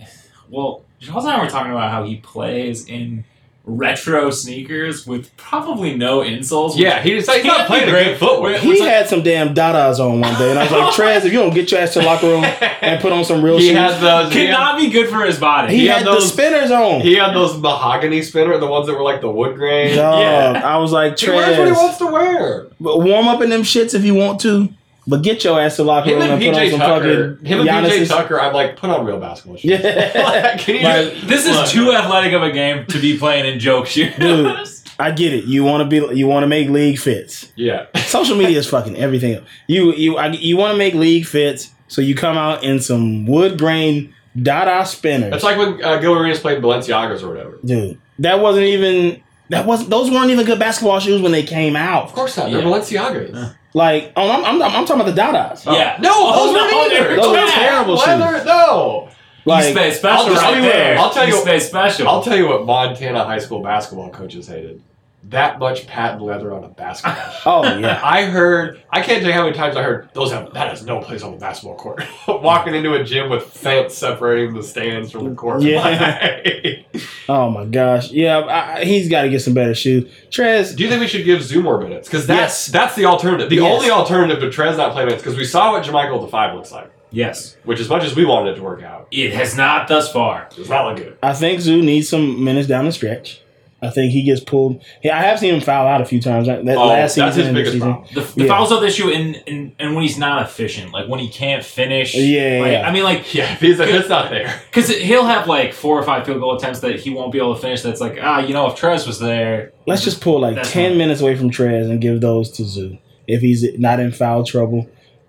Speaker 1: well, Charles and I were talking about how he plays in retro sneakers with probably no insoles. which-
Speaker 2: yeah, he just, he's
Speaker 1: Can't
Speaker 2: not
Speaker 1: be
Speaker 2: playing
Speaker 1: great.
Speaker 2: great footwear.
Speaker 3: He had some damn Dadas on one day, and I was like, Trez, if you don't get your ass to the locker room and put on some real
Speaker 2: he
Speaker 3: shoes,
Speaker 2: had those. He had,
Speaker 1: cannot be good for his body.
Speaker 3: he,
Speaker 2: he
Speaker 3: had,
Speaker 2: had
Speaker 3: the
Speaker 2: those-
Speaker 3: spinners on.
Speaker 2: he had those mahogany spinner, the ones that were like the wood grain.
Speaker 3: Dog, I was like,
Speaker 2: He wears what he
Speaker 3: Trez,
Speaker 2: wants to wear.
Speaker 3: warm up in them shits if you want to, but get your ass to the locker
Speaker 2: Him
Speaker 3: room
Speaker 2: and
Speaker 3: and put on
Speaker 2: PJ
Speaker 3: some
Speaker 2: Tucker.
Speaker 3: fucking
Speaker 2: Him and PJ
Speaker 3: Giannis's-
Speaker 2: Tucker. I'm like, put on real basketball shoes.
Speaker 3: Yeah.
Speaker 2: Like, can you
Speaker 3: Like,
Speaker 2: just-
Speaker 1: this
Speaker 2: Look.
Speaker 1: is too athletic of a game to be playing in joke shoes.
Speaker 3: Dude. I get it. You want to be, you want to make league fits.
Speaker 2: yeah.
Speaker 3: Social media is fucking everything. You, you, I, you want to make league fits, so you come out in some wood grain Dada spinners.
Speaker 2: It's like when uh, Gil Arenas played Balenciagas or whatever.
Speaker 3: dude. That wasn't even that was those weren't even good basketball shoes when they came
Speaker 2: Of
Speaker 3: out.
Speaker 2: course not. They're
Speaker 1: Yeah.
Speaker 2: Balenciagas.
Speaker 1: Yeah.
Speaker 3: Like, oh, I'm, I'm, I'm talking about the Dadas.
Speaker 1: Yeah.
Speaker 2: No,
Speaker 1: Oh,
Speaker 2: those
Speaker 1: no,
Speaker 2: weren't either.
Speaker 1: they're
Speaker 3: Those
Speaker 1: bad.
Speaker 3: were terrible
Speaker 2: Leather,
Speaker 3: shoes.
Speaker 1: you
Speaker 2: no.
Speaker 3: Oh. Like,
Speaker 1: stay
Speaker 2: I'll
Speaker 1: special
Speaker 2: just-
Speaker 1: right
Speaker 2: I'll-
Speaker 1: there.
Speaker 2: I'll tell you-
Speaker 1: stay special.
Speaker 2: I'll tell you what Montana high school basketball coaches hated. That much patent leather on a basketball. shoe.
Speaker 3: oh yeah,
Speaker 2: I heard. I can't tell you how many times I heard those have that has no place on the basketball court. Walking into a gym with fence separating the stands from the court.
Speaker 3: Yeah. oh my gosh, yeah. I, I- he's got to get some better shoes. Trez,
Speaker 2: Do you think we should give Zoo more minutes? Because that's
Speaker 3: Yes.
Speaker 2: that's the alternative. The
Speaker 3: Yes.
Speaker 2: only alternative to Trez not playing minutes because we saw what Jermichael the five looks like.
Speaker 1: yes.
Speaker 2: Which, as much as we wanted it to work out,
Speaker 1: It has not thus far.
Speaker 2: does not look good.
Speaker 3: I think Zoo needs some minutes down the stretch. I think he gets pulled. Yeah, I have seen him foul out a few times. That, that
Speaker 2: Oh,
Speaker 3: last season,
Speaker 2: that's his
Speaker 3: and this
Speaker 2: biggest
Speaker 3: season.
Speaker 2: problem.
Speaker 1: The, the
Speaker 3: Yeah.
Speaker 1: fouls out issue, and, and and when he's not efficient, like when he can't finish.
Speaker 3: Yeah,
Speaker 1: Like,
Speaker 3: yeah.
Speaker 1: I mean, like
Speaker 2: Yeah, if he's if it's not there.
Speaker 1: Because he'll have like four or five field goal attempts that he won't be able to finish. That's like, ah, you know, if Trez was there,
Speaker 3: Let's just pull like
Speaker 1: That's
Speaker 3: ten
Speaker 1: fine.
Speaker 3: minutes away from Trez and give those to Zoo if he's not in foul trouble,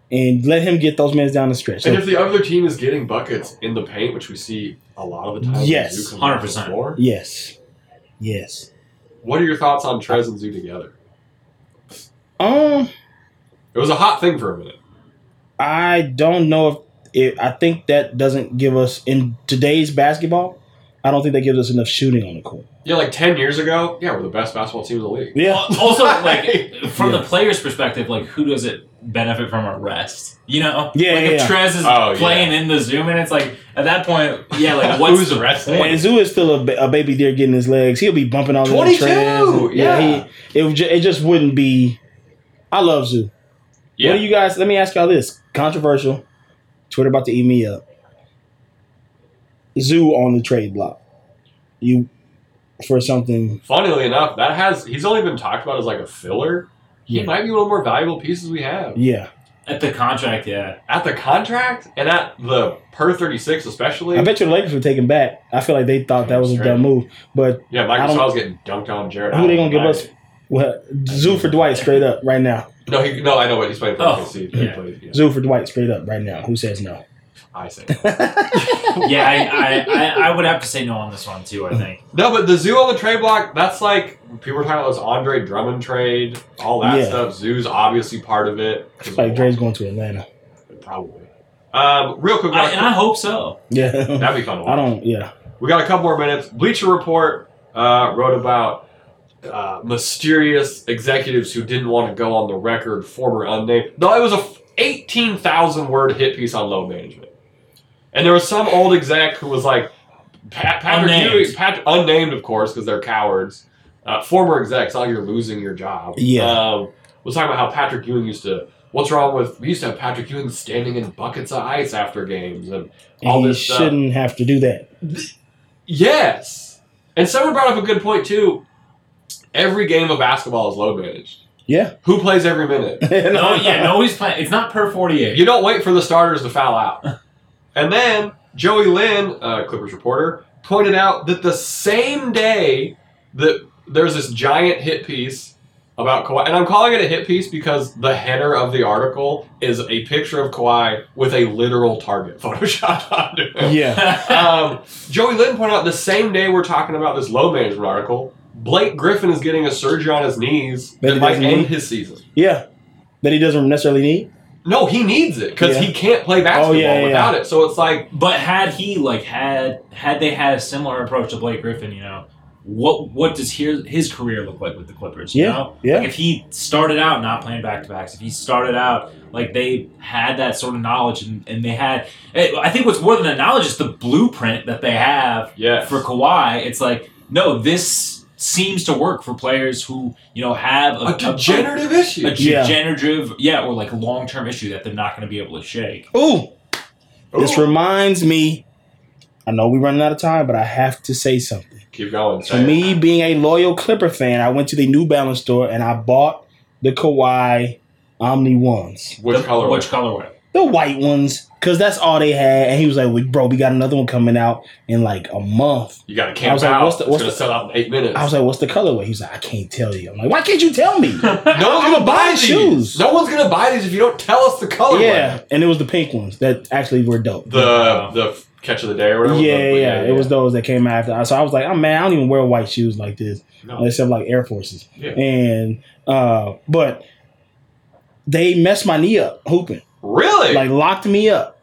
Speaker 3: and let him get those minutes down the stretch. So-
Speaker 2: And if the other team is getting buckets in the paint, which we see a lot of the time, when
Speaker 3: Yes,
Speaker 2: Zoo comes off the
Speaker 1: 100%.
Speaker 2: floor,
Speaker 3: yes, yes.
Speaker 2: What are your thoughts on Trez and Zoo together?
Speaker 3: Um,
Speaker 2: It was a hot thing for a minute.
Speaker 3: I don't know if it, I think that doesn't give us in today's basketball. I don't think that gives us enough shooting on the court.
Speaker 2: Yeah, like ten years ago, yeah, we're the best basketball team in the league.
Speaker 3: Yeah,
Speaker 1: Al- Also, like from
Speaker 3: Yeah.
Speaker 1: the player's perspective, like who does it benefit from a rest? You know,
Speaker 3: Yeah,
Speaker 1: Like
Speaker 3: yeah,
Speaker 1: if
Speaker 3: yeah.
Speaker 1: Trez is
Speaker 2: Oh, yeah.
Speaker 1: playing in the Zoom, and it's like at that point, yeah, like what's
Speaker 2: Who's the rest?
Speaker 3: And Zoo is still a, ba- a baby deer getting his legs. He'll be bumping all over the
Speaker 2: 22,
Speaker 3: trash.
Speaker 2: yeah.
Speaker 3: he, it, would ju- it just wouldn't be. I love Zoo.
Speaker 2: Yeah.
Speaker 3: What do you guys? Let me ask y'all this: controversial. Twitter about to eat me up. Zoo on the trade block. You for something?
Speaker 2: Funnily enough, that has he's only been talked about as like a filler. He
Speaker 3: Yeah.
Speaker 2: might be one of the more valuable pieces we have
Speaker 3: Yeah,
Speaker 1: at the contract? Yeah,
Speaker 2: at the contract and at the per thirty six, especially.
Speaker 3: I bet your Lakers were taken back. I feel like they thought that was a dumb move, but
Speaker 2: yeah,
Speaker 3: I
Speaker 2: Michael
Speaker 3: don't-
Speaker 2: Styles getting dunked on. Jared.
Speaker 3: Who they
Speaker 2: Allen
Speaker 3: gonna give
Speaker 2: tonight.
Speaker 3: well, Zoo for Dwight straight up right now.
Speaker 2: No, he, no, I know what he's playing for.
Speaker 1: Oh,
Speaker 2: OKC.
Speaker 1: yeah.
Speaker 2: He plays, yeah.
Speaker 3: Zoo for Dwight straight up right now. Who says no?
Speaker 2: I say.
Speaker 1: yeah, I, I, I, I would have to say no on this one too. I think.
Speaker 2: No, but the zoo on the trade block, that's like people were talking about this Andre Drummond trade, all that
Speaker 3: Yeah.
Speaker 2: stuff. Zoo's obviously part of it.
Speaker 3: Like Dre's going to Atlanta.
Speaker 2: Probably. Um, real quick,
Speaker 1: I, and I hope so.
Speaker 3: Yeah.
Speaker 2: that'd be fun. To watch.
Speaker 3: I don't. Yeah.
Speaker 2: We got a couple more minutes. Bleacher Report uh, wrote about uh, mysterious executives who didn't want to go on the record, former unnamed. No, it was a f- 18,000 word hit piece on load management. And there was some old exec who was like, Pat, Patrick
Speaker 1: Unnamed.
Speaker 2: Ewing, Pat, unnamed, of course, because they're cowards. Uh, former execs, like you're losing your job.
Speaker 3: Yeah.
Speaker 2: Um, was talking about how Patrick Ewing used to. What's wrong with? We used to have Patrick Ewing standing in buckets of ice after games, and All
Speaker 3: And he
Speaker 2: this stuff.
Speaker 3: shouldn't have to do that.
Speaker 2: Yes. And someone brought up a good point too. Every game of basketball is load managed.
Speaker 3: Yeah.
Speaker 2: Who plays every minute?
Speaker 1: No, yeah, nobody's playing. It's not per forty-eight.
Speaker 2: You don't wait for the starters to foul out. And then Joey Lynn, uh, Clippers reporter, pointed out that the same day that there's this giant hit piece about Kawhi, and I'm calling it a hit piece because the header of the article is a picture of Kawhi with a literal target photoshopped onto him.
Speaker 3: Yeah.
Speaker 2: um, Joey Lynn pointed out the same day we're talking about this load management article, Blake Griffin is getting a surgery on his knees
Speaker 3: That
Speaker 2: that
Speaker 3: he
Speaker 2: might
Speaker 3: doesn't
Speaker 2: end
Speaker 3: need?
Speaker 2: his season.
Speaker 3: Yeah. That he doesn't necessarily need.
Speaker 2: No, he needs it because
Speaker 3: Yeah. Oh,
Speaker 2: he can't play basketball
Speaker 3: yeah, yeah,
Speaker 2: without it. So it's like,
Speaker 1: But had he like had had they had a similar approach to Blake Griffin, you know, what what does his, his career look like with the Clippers? You
Speaker 3: Yeah,
Speaker 1: know?
Speaker 3: yeah.
Speaker 1: Like if he started out not playing back to backs, if he started out like they had that sort of knowledge and, and they had, eh, I think what's more than the knowledge is the blueprint that they have
Speaker 2: yeah,
Speaker 1: for Kawhi. It's like no, this seems to work for players who you know have a,
Speaker 2: a degenerative issue.
Speaker 1: a
Speaker 3: Yeah.
Speaker 1: degenerative, yeah, or like long term issue that they're not going to be able to shake.
Speaker 3: Ooh. This
Speaker 2: Ooh.
Speaker 3: reminds me. I know we're running out of time, but I have to say something.
Speaker 2: Keep going.
Speaker 3: For
Speaker 2: say it.
Speaker 3: me, being a loyal Clipper fan, I went to the New Balance store and I bought the Kawhi Omni ones,
Speaker 2: which
Speaker 1: The-
Speaker 2: color?
Speaker 1: Which colorway?
Speaker 3: the white ones, because that's all they had. And he was like, "We- "Bro, we got another one coming out in like a month."
Speaker 2: you got to
Speaker 3: I
Speaker 2: camp
Speaker 3: was like,
Speaker 2: out.
Speaker 3: what's the- what's
Speaker 2: it's
Speaker 3: the-
Speaker 2: going to sell out in eight minutes.
Speaker 3: I was like, "What's the colorway?" He was like, "I can't tell you." I'm like, "Why can't you tell me?"
Speaker 2: no one's gonna buy
Speaker 3: buying
Speaker 2: these.
Speaker 3: shoes.
Speaker 2: No one's gonna buy these if you don't tell us the color.
Speaker 3: yeah, and it was the pink ones that actually were dope.
Speaker 2: The the catch of the day or
Speaker 3: Yeah,
Speaker 2: whatever.
Speaker 3: yeah,
Speaker 2: the-
Speaker 3: yeah, it was those that came after. So I was like, oh man, I don't even wear white shoes like this,
Speaker 2: No.
Speaker 3: except like Air Forces.
Speaker 2: Yeah.
Speaker 3: And uh, but they messed my knee up hooping,
Speaker 2: Really?
Speaker 3: like locked me up,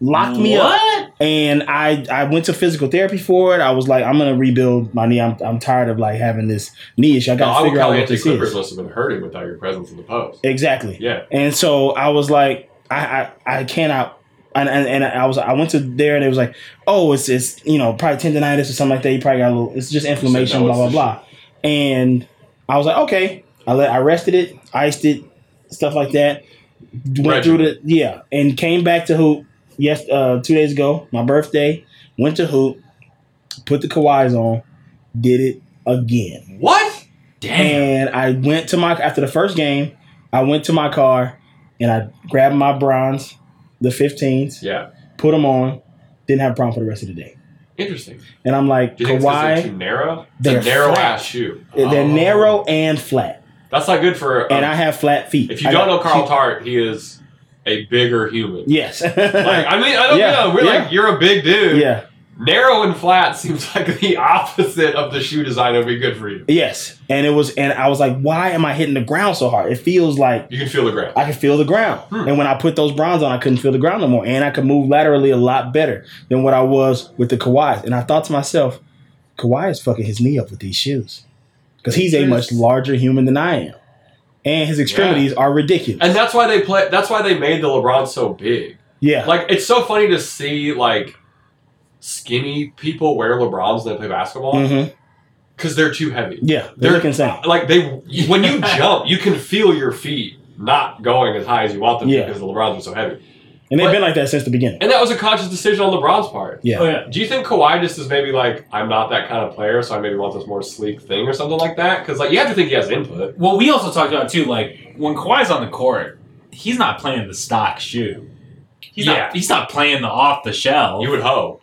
Speaker 3: locked me up. And I I went to physical therapy for it. I was like, I'm gonna rebuild my knee. I'm, I'm tired of like having this knee issue. I
Speaker 2: no,
Speaker 3: gotta figure out what
Speaker 2: the
Speaker 3: this
Speaker 2: Clippers
Speaker 3: is.
Speaker 2: must have been hurting without your presence in the post.
Speaker 3: Exactly.
Speaker 2: Yeah.
Speaker 3: And so I was like, I I, I cannot. And, and, and I was I went to there and it was like, oh, it's it's you know probably tendonitis or something like that. You probably got a little. It's just inflammation,
Speaker 2: no,
Speaker 3: blah
Speaker 2: it's
Speaker 3: blah
Speaker 2: the
Speaker 3: blah. And I was like, okay, I let I rested it, iced it, stuff like that. Went
Speaker 2: Regimen.
Speaker 3: through the yeah, and came back to hoop. Yes, uh, two days ago, my birthday. Went to hoop, put the Kawhis on, did it again.
Speaker 2: What?
Speaker 1: Damn.
Speaker 3: And I went to my after the first game, I went to my car and I grabbed my bronze, the 15s,
Speaker 2: Yeah.
Speaker 3: put them on, didn't have a problem for the rest of the day.
Speaker 2: Interesting.
Speaker 3: And I'm like,
Speaker 2: Do you think it's 'cause they're
Speaker 3: Kawhi,
Speaker 2: too narrow?
Speaker 3: They're
Speaker 2: It's a narrow
Speaker 3: flat.
Speaker 2: ass shoe.
Speaker 3: they're
Speaker 2: Oh.
Speaker 3: narrow and flat,
Speaker 2: That's not good for. um,
Speaker 3: and I have flat feet.
Speaker 2: if you
Speaker 3: I
Speaker 2: don't
Speaker 3: got-
Speaker 2: know Carl Tart, he is a bigger human.
Speaker 3: yes,
Speaker 2: Like I mean, I don't
Speaker 3: Yeah,
Speaker 2: know. We're
Speaker 3: yeah.
Speaker 2: like you're a big dude.
Speaker 3: yeah,
Speaker 2: Narrow and flat seems like the opposite of the shoe design that would be good for you.
Speaker 3: Yes, and it was, and I was like, why am I hitting the ground so hard? It feels like
Speaker 2: You can feel the ground.
Speaker 3: I can feel the ground.
Speaker 2: Hmm.
Speaker 3: And when I put those bronze on, I couldn't feel the ground no more, and I could move laterally a lot better than what I was with the Kawhis. And I thought to myself, Kawhi is fucking his knee up with these shoes because he's a much larger human than I am, and his extremities are ridiculous.
Speaker 2: And that's why they play. That's why they made the LeBron so big.
Speaker 3: yeah,
Speaker 2: Like it's so funny to see like skinny people wear LeBrons when they play basketball
Speaker 3: Mhm.
Speaker 2: because they're too heavy.
Speaker 3: yeah, they
Speaker 2: They're-
Speaker 3: look insane.
Speaker 2: Like they, when you jump, you can feel your feet not going as high as you want them to
Speaker 3: Yeah.
Speaker 2: because the LeBrons are so heavy.
Speaker 3: And they've
Speaker 2: But-
Speaker 3: been like that since the beginning.
Speaker 2: And that was a conscious decision on LeBron's part.
Speaker 1: Oh
Speaker 3: Yeah.
Speaker 1: yeah.
Speaker 2: Do you think Kawhi just is maybe like I'm not that kind of player, so I maybe want this more sleek thing or something like that? Because like you have to think he has input.
Speaker 1: Well, we also talked about too, like when Kawhi's on the court, he's not playing the stock shoe. He's
Speaker 2: Yeah.
Speaker 1: not. He's not playing the off the shelf.
Speaker 2: You would hope.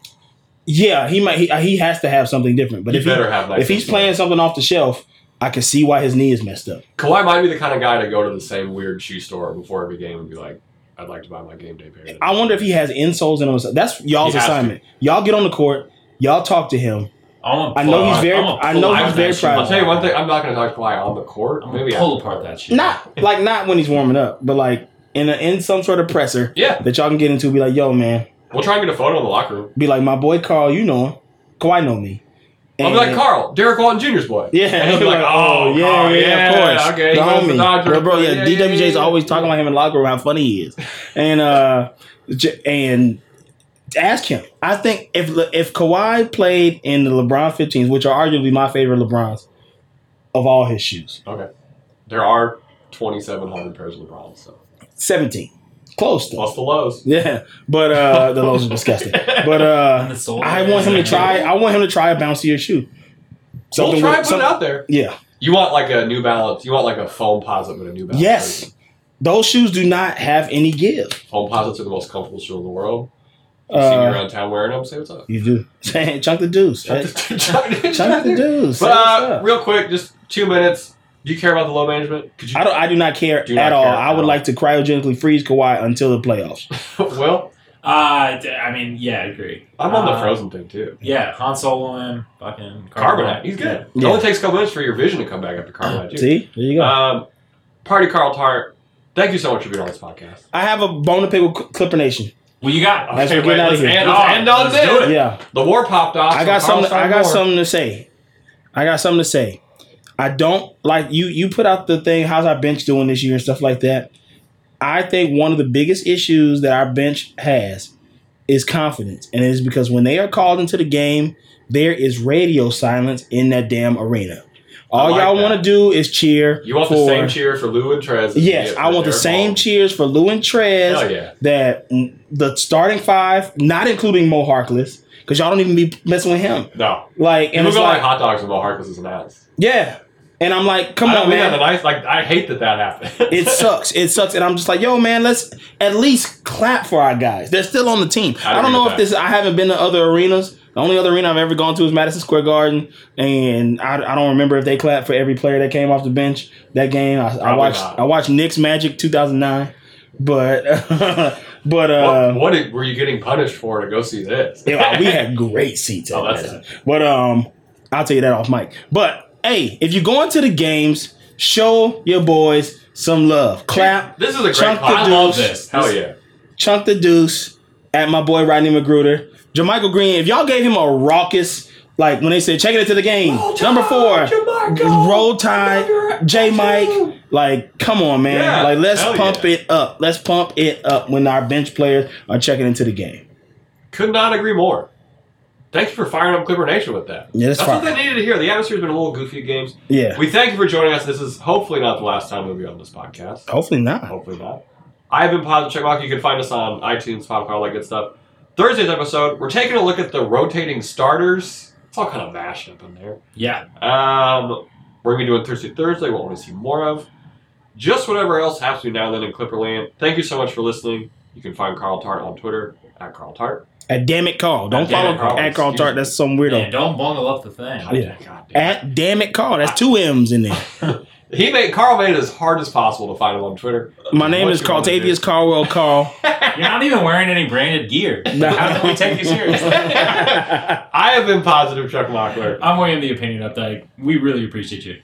Speaker 3: Yeah, he might he, he has to have something different. But
Speaker 2: you
Speaker 3: if
Speaker 2: better have
Speaker 3: he,
Speaker 2: that.
Speaker 3: if he's playing something off the shelf, I can see why his knee is messed up.
Speaker 2: Kawhi might be the kind of guy to go to the same weird shoe store before every game and be like, "I'd like to buy my game day pair." today."
Speaker 3: I wonder if he has insoles in him. That's y'all's
Speaker 2: He has to.
Speaker 3: assignment. Y'all get on the court. Y'all talk to him.
Speaker 1: I'm gonna
Speaker 3: I know
Speaker 1: pull
Speaker 3: he's
Speaker 1: out-
Speaker 3: very-
Speaker 1: I'm gonna
Speaker 3: I
Speaker 1: pull
Speaker 3: know
Speaker 1: out
Speaker 3: he's
Speaker 1: that
Speaker 3: very
Speaker 1: shoe.
Speaker 3: proud.
Speaker 2: I'll tell you one thing. I'm not going to talk to Kawhi on the court.
Speaker 1: I'm gonna
Speaker 2: Maybe
Speaker 1: pull
Speaker 2: after.
Speaker 1: apart that shoe.
Speaker 3: Not like not when he's warming up, but like in a, in some sort of presser
Speaker 2: Yeah,
Speaker 3: that y'all can get into. Be like, yo, man.
Speaker 2: we'll try and get a photo in the locker room.
Speaker 3: Be like, my boy Carl. You know him. Kawhi know me.
Speaker 2: I'll be like Carl, Derek Walton Jr.'s boy.
Speaker 3: Yeah,
Speaker 2: and he'll be like, "Oh, Carl, yeah, okay,
Speaker 3: the
Speaker 2: he was the
Speaker 3: homie,
Speaker 2: Dodger,
Speaker 3: bro, bro, yeah,
Speaker 2: yeah, yeah,
Speaker 3: DWJ's
Speaker 2: yeah,
Speaker 3: always
Speaker 2: yeah."
Speaker 3: talking about him in the locker room, how funny he is, and uh, j- and ask him. I think if Le- if Kawhi played in the LeBron 15s, which are arguably my favorite LeBrons of all his shoes,
Speaker 2: There are 2,700 pairs of LeBrons, so
Speaker 3: 17, close though.
Speaker 2: plus the lows.
Speaker 3: Yeah, but uh, the lows are disgusting.
Speaker 1: And
Speaker 3: But uh,
Speaker 1: the sole.
Speaker 3: I want him to try. I want him to try a bouncier shoe.
Speaker 2: we'll try
Speaker 3: with-
Speaker 2: and put
Speaker 3: some-
Speaker 2: it out there.
Speaker 3: Yeah,
Speaker 2: You want like a New Balance? You want like a foam posit with a New Balance?
Speaker 3: Yes. Those shoes do not have any give.
Speaker 2: Foam posits are the most comfortable shoe in the world. You see me
Speaker 3: Uh,
Speaker 2: around town wearing them. Say what's up.
Speaker 3: you do. Chunk the deuce. Hey, Chunk the deuce. Say
Speaker 2: But
Speaker 3: what's
Speaker 2: uh,
Speaker 3: up.
Speaker 2: real quick, just two minutes. Do you care about the low management? Could you?
Speaker 3: I don't. I do not care
Speaker 2: Do
Speaker 3: at
Speaker 2: not
Speaker 3: all.
Speaker 2: care
Speaker 3: I
Speaker 2: at
Speaker 3: would
Speaker 2: all.
Speaker 3: like to cryogenically freeze Kawhi until the playoffs.
Speaker 2: well,
Speaker 1: Uh, d- I mean, yeah, I agree.
Speaker 2: I'm on the
Speaker 1: Uh,
Speaker 2: Frozen thing too.
Speaker 1: Yeah, Han Solo and fucking
Speaker 2: Carbonite, he's good. It
Speaker 3: Yeah.
Speaker 2: only takes a couple minutes for your vision to come back after Carbonite. Too.
Speaker 3: See, there you go.
Speaker 2: Um, Party Carl Tart, thank you so much for being on this podcast.
Speaker 3: I have a bone to pick with Cl- Clipper Nation.
Speaker 1: Well, you got.
Speaker 3: Thanks for getting out of
Speaker 2: let's
Speaker 3: here.
Speaker 2: End, let's
Speaker 1: Oh,
Speaker 2: end on
Speaker 1: let's do
Speaker 2: this.
Speaker 1: it.
Speaker 3: Yeah,
Speaker 2: The war popped off.
Speaker 3: I
Speaker 2: so
Speaker 3: got
Speaker 2: Carl
Speaker 3: something. I
Speaker 2: started
Speaker 3: got
Speaker 2: war.
Speaker 3: something to say. I got something to say. I don't like you. You put out the thing. How's our bench doing this year and stuff like that. I think one of the biggest issues that our bench has is confidence. And it is because when they are called into the game, there is radio silence in that damn arena.
Speaker 2: I
Speaker 3: All
Speaker 2: like
Speaker 3: y'all
Speaker 2: that.
Speaker 3: want to do is cheer.
Speaker 2: You want the
Speaker 3: for-
Speaker 2: same cheer for Lou and Trez? as you
Speaker 3: Yes,
Speaker 2: get
Speaker 3: I
Speaker 2: for
Speaker 3: want the
Speaker 2: Derek
Speaker 3: same
Speaker 2: Ball.
Speaker 3: cheers for Lou and Trez
Speaker 2: Hell yeah!
Speaker 3: that mm, the starting five, not including Mo Harkless, because y'all don't even be messing with him.
Speaker 2: No,
Speaker 3: Like, and
Speaker 2: people
Speaker 3: it's
Speaker 2: go like,
Speaker 3: like,
Speaker 2: hot dogs and Harkless is announced.
Speaker 3: yeah. And I'm like, come
Speaker 2: I
Speaker 3: on,
Speaker 2: don't mean that
Speaker 3: man.
Speaker 2: in a nice. Like I hate that that happened.
Speaker 3: It sucks. It sucks. And I'm just like, yo, man, let's at least clap for our guys. They're still on the team.
Speaker 2: I
Speaker 3: I, don't
Speaker 2: agree
Speaker 3: know
Speaker 2: with
Speaker 3: if this. I haven't been to other arenas. The only other arena I've ever gone to is Madison Square Garden, and I, I don't remember if they clapped for every player that came off the bench that game. I, I
Speaker 2: Probably
Speaker 3: watched
Speaker 2: not.
Speaker 3: I watched Knicks Magic 2009, but but
Speaker 2: what,
Speaker 3: uh,
Speaker 2: what did- were you getting punished for to go see this?
Speaker 3: yeah, we had great seats. At
Speaker 2: Oh, that's
Speaker 3: Madison. But um, I'll tell you that off mic. But hey, if you're going to the games, show your boys some love. Clap.
Speaker 2: This is a great
Speaker 3: Chunk the
Speaker 2: podcast.
Speaker 1: I love this.
Speaker 2: Hell
Speaker 1: This-
Speaker 2: yeah.
Speaker 3: Chunk the Deuce at my boy Rodney McGruder. Jermichael Green, if y'all gave him a raucous, like when they said, check it to the game. Number four, Roll Tide, J Mike. Like, come on, man.
Speaker 2: Yeah,
Speaker 3: like, let's
Speaker 2: hell
Speaker 3: pump
Speaker 2: yeah.
Speaker 3: it up. Let's pump it up when our bench players are checking into the game.
Speaker 2: Could not agree more. Thank you for firing up Clipper Nation with that.
Speaker 3: Yeah, that's
Speaker 2: That's what
Speaker 3: fine.
Speaker 2: they needed to hear. The atmosphere's been a little goofy at games.
Speaker 3: Yeah.
Speaker 2: We thank you for joining us. This is hopefully not the last time we'll be on this podcast.
Speaker 3: Hopefully not.
Speaker 2: Hopefully not. I've been Positive Checkmark. You can find us on iTunes, Spotify, all that good stuff. Thursday's episode, we're taking a look at the rotating starters. It's all kind of mashed up in there.
Speaker 1: Yeah.
Speaker 2: Um, we're gonna be doing Thursday, Thursday. What we want to see more of? Just whatever else happens between now and then in Clipperland. Thank you so much for listening. You can find Carl Tart on Twitter at Carl Tart.
Speaker 3: At damn it, Carl. Don't
Speaker 2: At Damn
Speaker 3: follow
Speaker 2: It Carl,
Speaker 3: at Carl
Speaker 2: excuse
Speaker 3: Tart.
Speaker 2: me.
Speaker 3: That's some weirdo.
Speaker 1: Man, don't bungle up the thing.
Speaker 2: God damn, God damn.
Speaker 3: At damn it, Carl. That's two M's in there.
Speaker 2: He made Carl made it as hard as possible to find him on Twitter.
Speaker 3: My name
Speaker 2: What
Speaker 3: is
Speaker 2: you wanna do?
Speaker 3: Carltavious Carwell Carl.
Speaker 1: You're not even wearing any branded gear. How can we take you seriously?
Speaker 2: I have been positive Chuck Mockler.
Speaker 1: I'm weighing the opinion up, Dyke. We really appreciate you.